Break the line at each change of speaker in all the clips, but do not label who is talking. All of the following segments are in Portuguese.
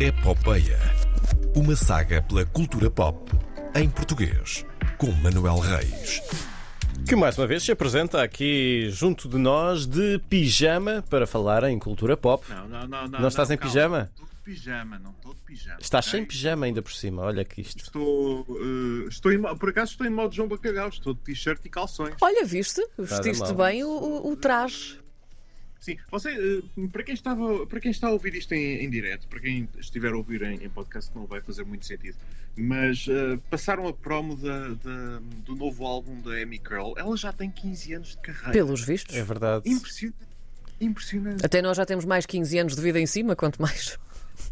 Epopeia. É Uma saga pela cultura pop em português, com Manuel Reis.
Que mais uma vez se apresenta aqui junto de nós de pijama para falar em cultura pop.
Não, não, não.
Não estás em pijama?
Estou de pijama, não estou de pijama.
Estás
ok?
sem pijama ainda por cima, olha que isto.
Estou, eh, estou em, mo- por acaso estou em modo João Bacalhau, estou de t-shirt e calções.
Olha, viste? Vestiste
mal.
bem o, o, o traje.
Sim, você, eh, para, quem estava, para quem está a ouvir isto em, em direto, para quem estiver a ouvir em, em podcast não vai fazer muito sentido, mas eh, passaram a promo da- da- do novo álbum da Amy Curl, ela já tem 15 anos de carreira.
Pelos vistos.
É verdade.
Impressionante. Impressionante.
Até nós já temos mais 15 anos de vida em cima, quanto mais.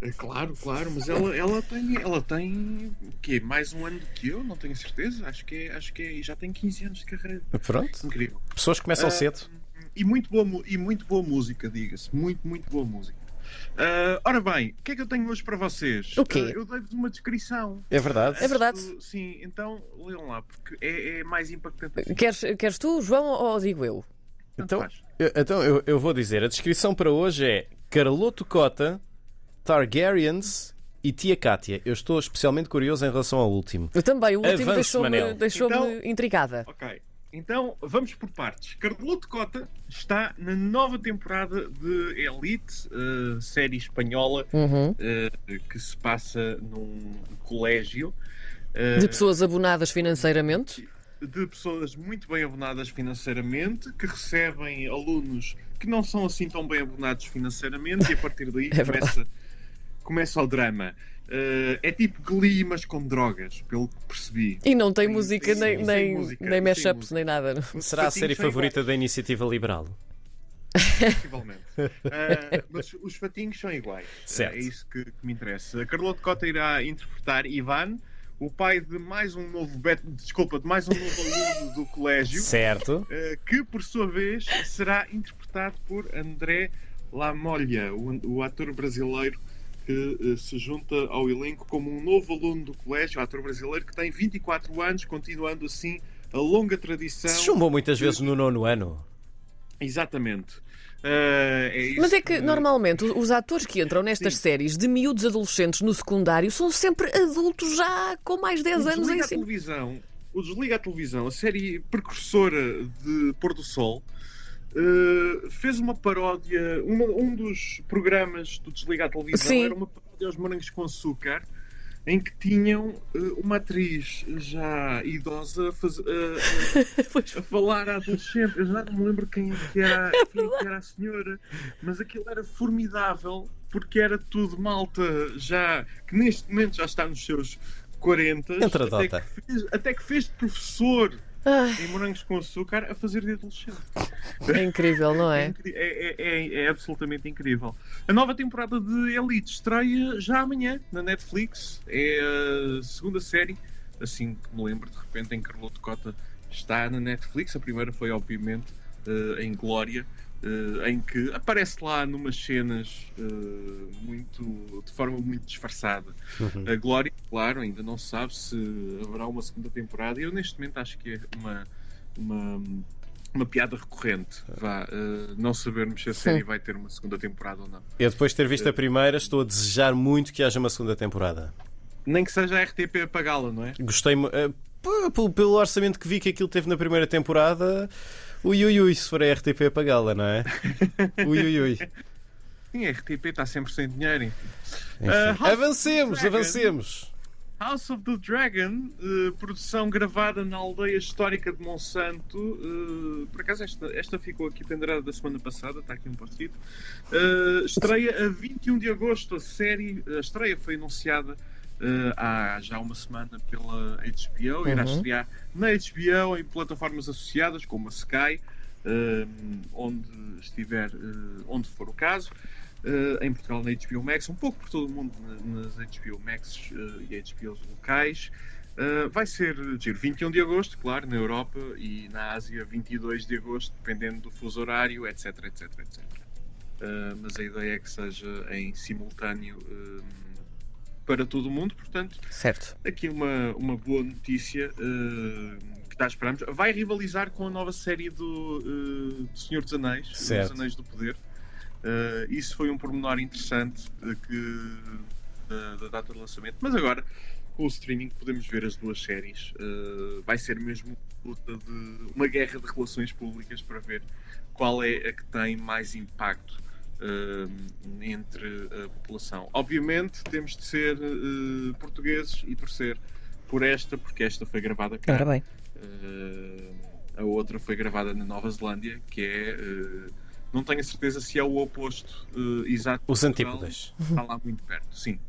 É, Claro, claro, mas ela, ela tem, ela tem quê? mais um ano do que eu, não tenho certeza. Acho que é, acho que é, e já tem 15 anos de carreira.
Pronto.
Incrível.
Pessoas começam
Ah,
cedo.
E muito boa, mu- e muito boa música, diga-se. Muito, muito boa música. Ah, ora bem, o que é que eu tenho hoje para vocês?
O quê?
Ah, eu dei-vos uma descrição.
É verdade.
É verdade.
Antes do- Sim, então leiam lá, porque é, é mais impactante.
Queres, queres tu, João, ou digo eu?
Tanto
Então,
faz.
eu, então eu, eu vou dizer: a descrição para hoje é Carloto Cota, Targaryens e Tia Kátia. Eu estou especialmente curioso em relação ao último.
Eu também, o último
Avance,
deixou-me
Manel.
deixou
Então-
intrigada.
Ok. Então vamos por partes. Carloto Cota está na nova temporada de Elite, eh, série espanhola
Uhum.
eh, que se passa num colégio eh,
De pessoas abonadas financeiramente.
de pessoas muito bem abonadas financeiramente que recebem alunos que não são assim tão bem abonados financeiramente e a partir daí
É
começa, começa o drama. Eh, é tipo Glee, mas com drogas, pelo que percebi.
E não tem
Sim,
música,
sim,
nem,
sim,
nem,
sem música,
nem
sem
mashups,
música.
nem nada.
Será a
Os
série
patinhos são
favorita da iniciativa liberal?
Possivelmente. Ah, mas os fatinhos são iguais.
Certo.
É isso que, que me interessa. A Carlota Cota irá interpretar Ivan, o pai de mais um novo bet... desculpa, de mais um novo aluno do colégio,
Certo.
ah, que por sua vez será interpretado por André Lamolha, o, o ator brasileiro que ah, se junta ao elenco como um novo aluno do colégio, ator brasileiro que tem 24 anos, continuando assim a longa tradição.
Se chumbou muitas vezes no nono ano.
Exatamente. Ah, é isso
Mas é que
que-
normalmente o- os atores que entram nestas
Sim.
séries de miúdos adolescentes no secundário são sempre adultos já com mais 10
O
anos em
desliga a
cima.
televisão, o desliga a televisão, a série precursora de Pôr do Sol, eh, fez uma paródia. uma- um dos programas do Desliga a Televisão
Sim.
era uma paródia aos morangos com açúcar. Em que tinham eh, uma atriz já idosa a, faz- eh, a- a- a falar à adolescente. Eu já não me lembro quem, é que era, quem que era a senhora, mas aquilo era formidável porque era tudo malta já que neste momento já está nos seus 40
Entre a
até,
dota.
que fez- até que fez de professor
Ai,
em morangos com açúcar a fazer de adolescente.
Ah, é incrível, não
É,
é?
incri- é- é- é- é absolutamente incrível. A nova temporada de Elite estreia já amanhã na Netflix. É a segunda série, assim que me lembro, de repente, em que Carloto Cota está na Netflix. A primeira foi, obviamente, eh, em Glória, eh, em que aparece lá numas cenas eh, muito, de forma muito disfarçada. A Glória, claro, ainda não se sabe se haverá uma segunda temporada. Eu, neste momento, acho que é uma, uma, uma piada recorrente. Vá, eh, não sabermos se a série vai ter uma segunda temporada ou não.
Eu depois de ter visto a primeira, estou a desejar muito que haja uma segunda temporada.
Nem que seja a RTP a pagá-la, não é?
Gostei mu- eh, p- pelo, pelo orçamento que vi que aquilo teve na primeira temporada. Ui, ui, ui, se for a RTP apagá-la, não é? Ui, ui, ui.
Ah, Sim, a RTP está sempre sem dinheiro. enfim.
Enfim.
Ah, House
avancemos,
Dragon.
avancemos.
House of the Dragon, eh, produção gravada na aldeia histórica de Monsanto. eh, por acaso, esta, esta ficou aqui pendurada da semana passada, está aqui um post-it. Eh, estreia a 21 de agosto. A série, a estreia foi anunciada eh, há já uma semana pela HBO. Irá
Uhum.
estrear na HBO em plataformas associadas, como a Sky, eh, onde, estiver, eh, onde for o caso. Eh, em Portugal na HBO Max, um pouco por todo o mundo na- nas HBO Max eh, e HBOs locais. Eh, vai ser giro, 21 de agosto, claro, na Europa e na Ásia 22 de agosto, dependendo do fuso horário, etc, etc, etc. Eh, mas a ideia é que seja em simultâneo eh, para todo o mundo, portanto,
Certo.
aqui uma, uma boa notícia eh, que já esperamos. Vai rivalizar com a nova série do, eh, do Senhor dos Anéis, Ah,
Certo.
dos Anéis do Poder. Eh, isso foi um pormenor interessante eh, ah, que da, da data de lançamento. Mas agora, com o streaming, podemos ver as duas séries. Uh, vai ser mesmo luta de uma guerra de relações públicas para ver qual é a que tem mais impacto uh, entre a população. Obviamente, temos de ser uh, portugueses e torcer por esta, porque esta foi gravada cá.
Ora bem.
Uh, a outra foi gravada na Nova Zelândia, que é. uh, não tenho a certeza se é o oposto uh, exato. de
Os
Portugal.
antípodas.
Está lá muito perto, sim.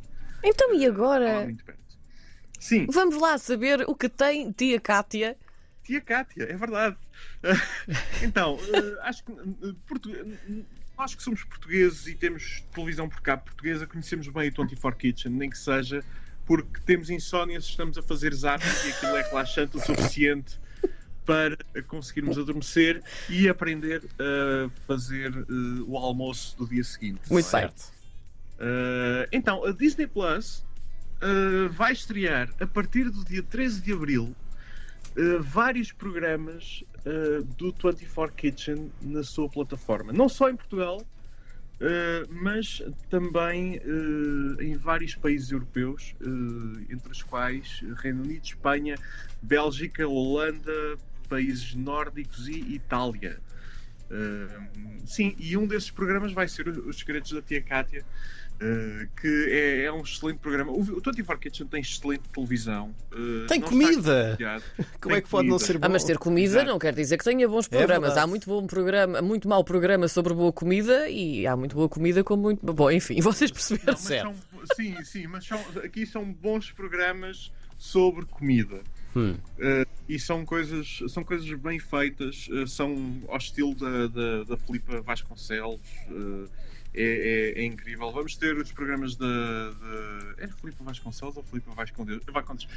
Então e
Está lá
agora?
muito perto. Sim,
Vamos lá saber o que tem tia Cátia.
tia Cátia, é verdade. então, eh, acho que eh, portu- eh, nós que somos portugueses e temos televisão por cá portuguesa, conhecemos bem o 24 Kitchen, nem que seja porque temos insónias, estamos a fazer zapping e aquilo é relaxante o suficiente para conseguirmos adormecer e aprender a fazer eh, o almoço do dia seguinte.
Muito bem.
Certo.
Uh, então, a Disney Plus uh, vai estrear a partir do dia 13 de abril uh, vários programas uh, do 24 Kitchen na sua plataforma. Não só em Portugal, uh, mas também uh, em vários países europeus, uh, entre os quais Reino Unido, Espanha, Bélgica, Holanda, países nórdicos e Itália. Uh, sim, e um desses programas vai ser o- Os Segredos da Tia Cátia, uh, que é, é um excelente programa. O, o 24 Kitchen tem excelente televisão. uh,
Tem
não está
comida!
entediado.
Como
Tem
é que pode não
comida.
ser bom?
Ah, mas ter comida
Exato.
não quer dizer que tenha bons programas.
verdade.
há muito bom programa, muito mau programa sobre boa comida e há muito boa comida com muito. Bom, enfim, vocês
Não,
perceberam.
mas são- sim, sim, mas são- aqui são bons programas sobre comida.
Hum.
Eh, e são coisas, são coisas bem feitas, eh, são ao estilo da, da, da Filipa Vasconcelos. eh, é, é- é incrível. Vamos ter os programas da. da- Era Filipa Vasconcelos ou Filipa Vasconcelos?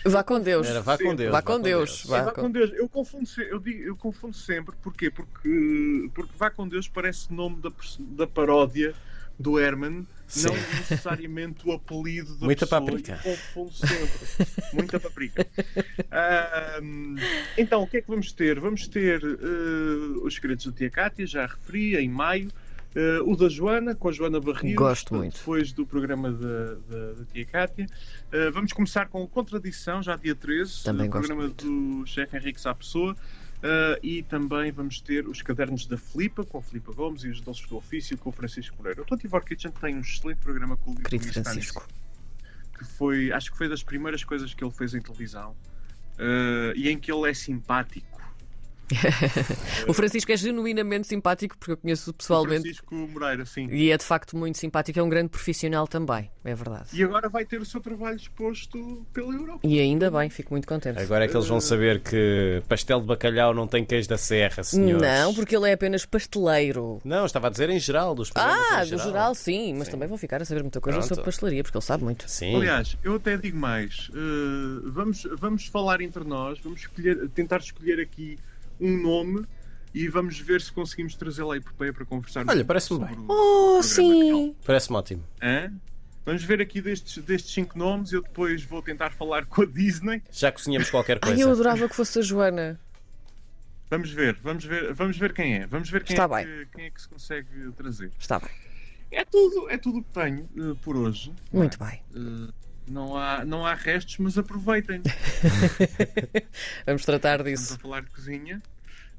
Vá com Deus.
Era, vá com
Sim,
Deus.
vá com Deus. Vá.
Sim, vá com Deus. Eu confundo, se- eu, digo- eu confundo sempre. Porquê? Porque, porque Vá com Deus parece nome da, perso- da paródia do Herman,
Sim.
não necessariamente o apelido da
Muita
pessoa.
paprika.
Eu confundo sempre. Muita paprika. Ahm, então, o que é que vamos ter? Vamos ter eh, Os Segredos da Tia Cátia, já referi, em maio. Eh, o da Joana, com a Joana Barrios.
Gosto muito.
Depois do programa da, da- da Tia Cátia. Eh, vamos começar com Contradição, já dia 13.
Também
o
gosto
programa do chefe Henrique Sá Pessoa. Eh, e também vamos ter os cadernos da Filipa, com a Filipa Gomes, e os doces do ofício, com o Francisco Moreira. O Tony Kitchen tem um excelente programa com o
Querido
Luís Tanis,
Francisco.
que foi, acho que foi das primeiras coisas que ele fez em televisão. Eh, e em que ele é simpático.
O Francisco é genuinamente simpático porque eu conheço pessoalmente
Francisco Moreira, sim.
e é de facto muito simpático. É um grande profissional também, é verdade.
E agora vai ter o seu trabalho exposto pela Europa.
E ainda bem, fico muito contente.
Agora é que eles vão saber que pastel de bacalhau não tem queijo da serra, senhores.
Não, porque ele é apenas pasteleiro.
Não, estava a dizer em geral, dos programas
Ah,
em
do geral, sim, mas também vão ficar a saber muita coisa
Pronto.
sobre pastelaria, porque ele sabe muito.
Sim.
Aliás, eu até digo mais. eh, vamos, vamos falar entre nós, vamos escolher- tentar escolher aqui um nome e vamos ver se conseguimos trazê-la à epopeia para conversarmos.
Olha, parece-me
sobre
bem.
o
Oh,
programa
sim!
Parece-me ótimo.
que é. Hã? Vamos ver aqui destes, destes cinco nomes. Eu depois vou tentar falar com a Disney.
Já cozinhamos qualquer
Ai,
coisa.
eu adorava que fosse a Joana.
Vamos ver, vamos ver, vamos ver quem é. Vamos ver quem,
Está
é, que, quem é que se consegue trazer.
Está bem.
É tudo, é tudo que tenho eh, por hoje.
Muito bem.
Eh, não, há, não há restos, mas aproveitem.
Vamos tratar
Estamos
disso.
a falar de cozinha.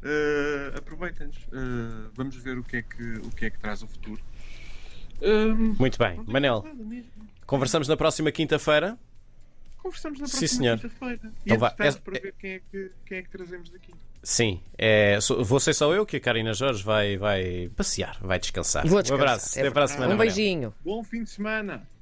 Uh, Aproveitem-nos. Uh, vamos ver o que, é que, o que é que traz o futuro. Um,
Muito bem.
não digo
Manel,
nada mesmo.
conversamos na próxima quinta-feira.
Conversamos na
Sim,
próxima
senhor.
quinta-feira. E
Então vá,
entretanto,
é-
para ver quem é, que, quem é que trazemos daqui.
Sim. É, sou- vou ser só eu que a Karina Jorge vai, vai passear, vai descansar.
Vou descansar,
Um abraço.
é
Até para a
verdade.
semana.
Um
Manel.
beijinho.
Bom fim de semana!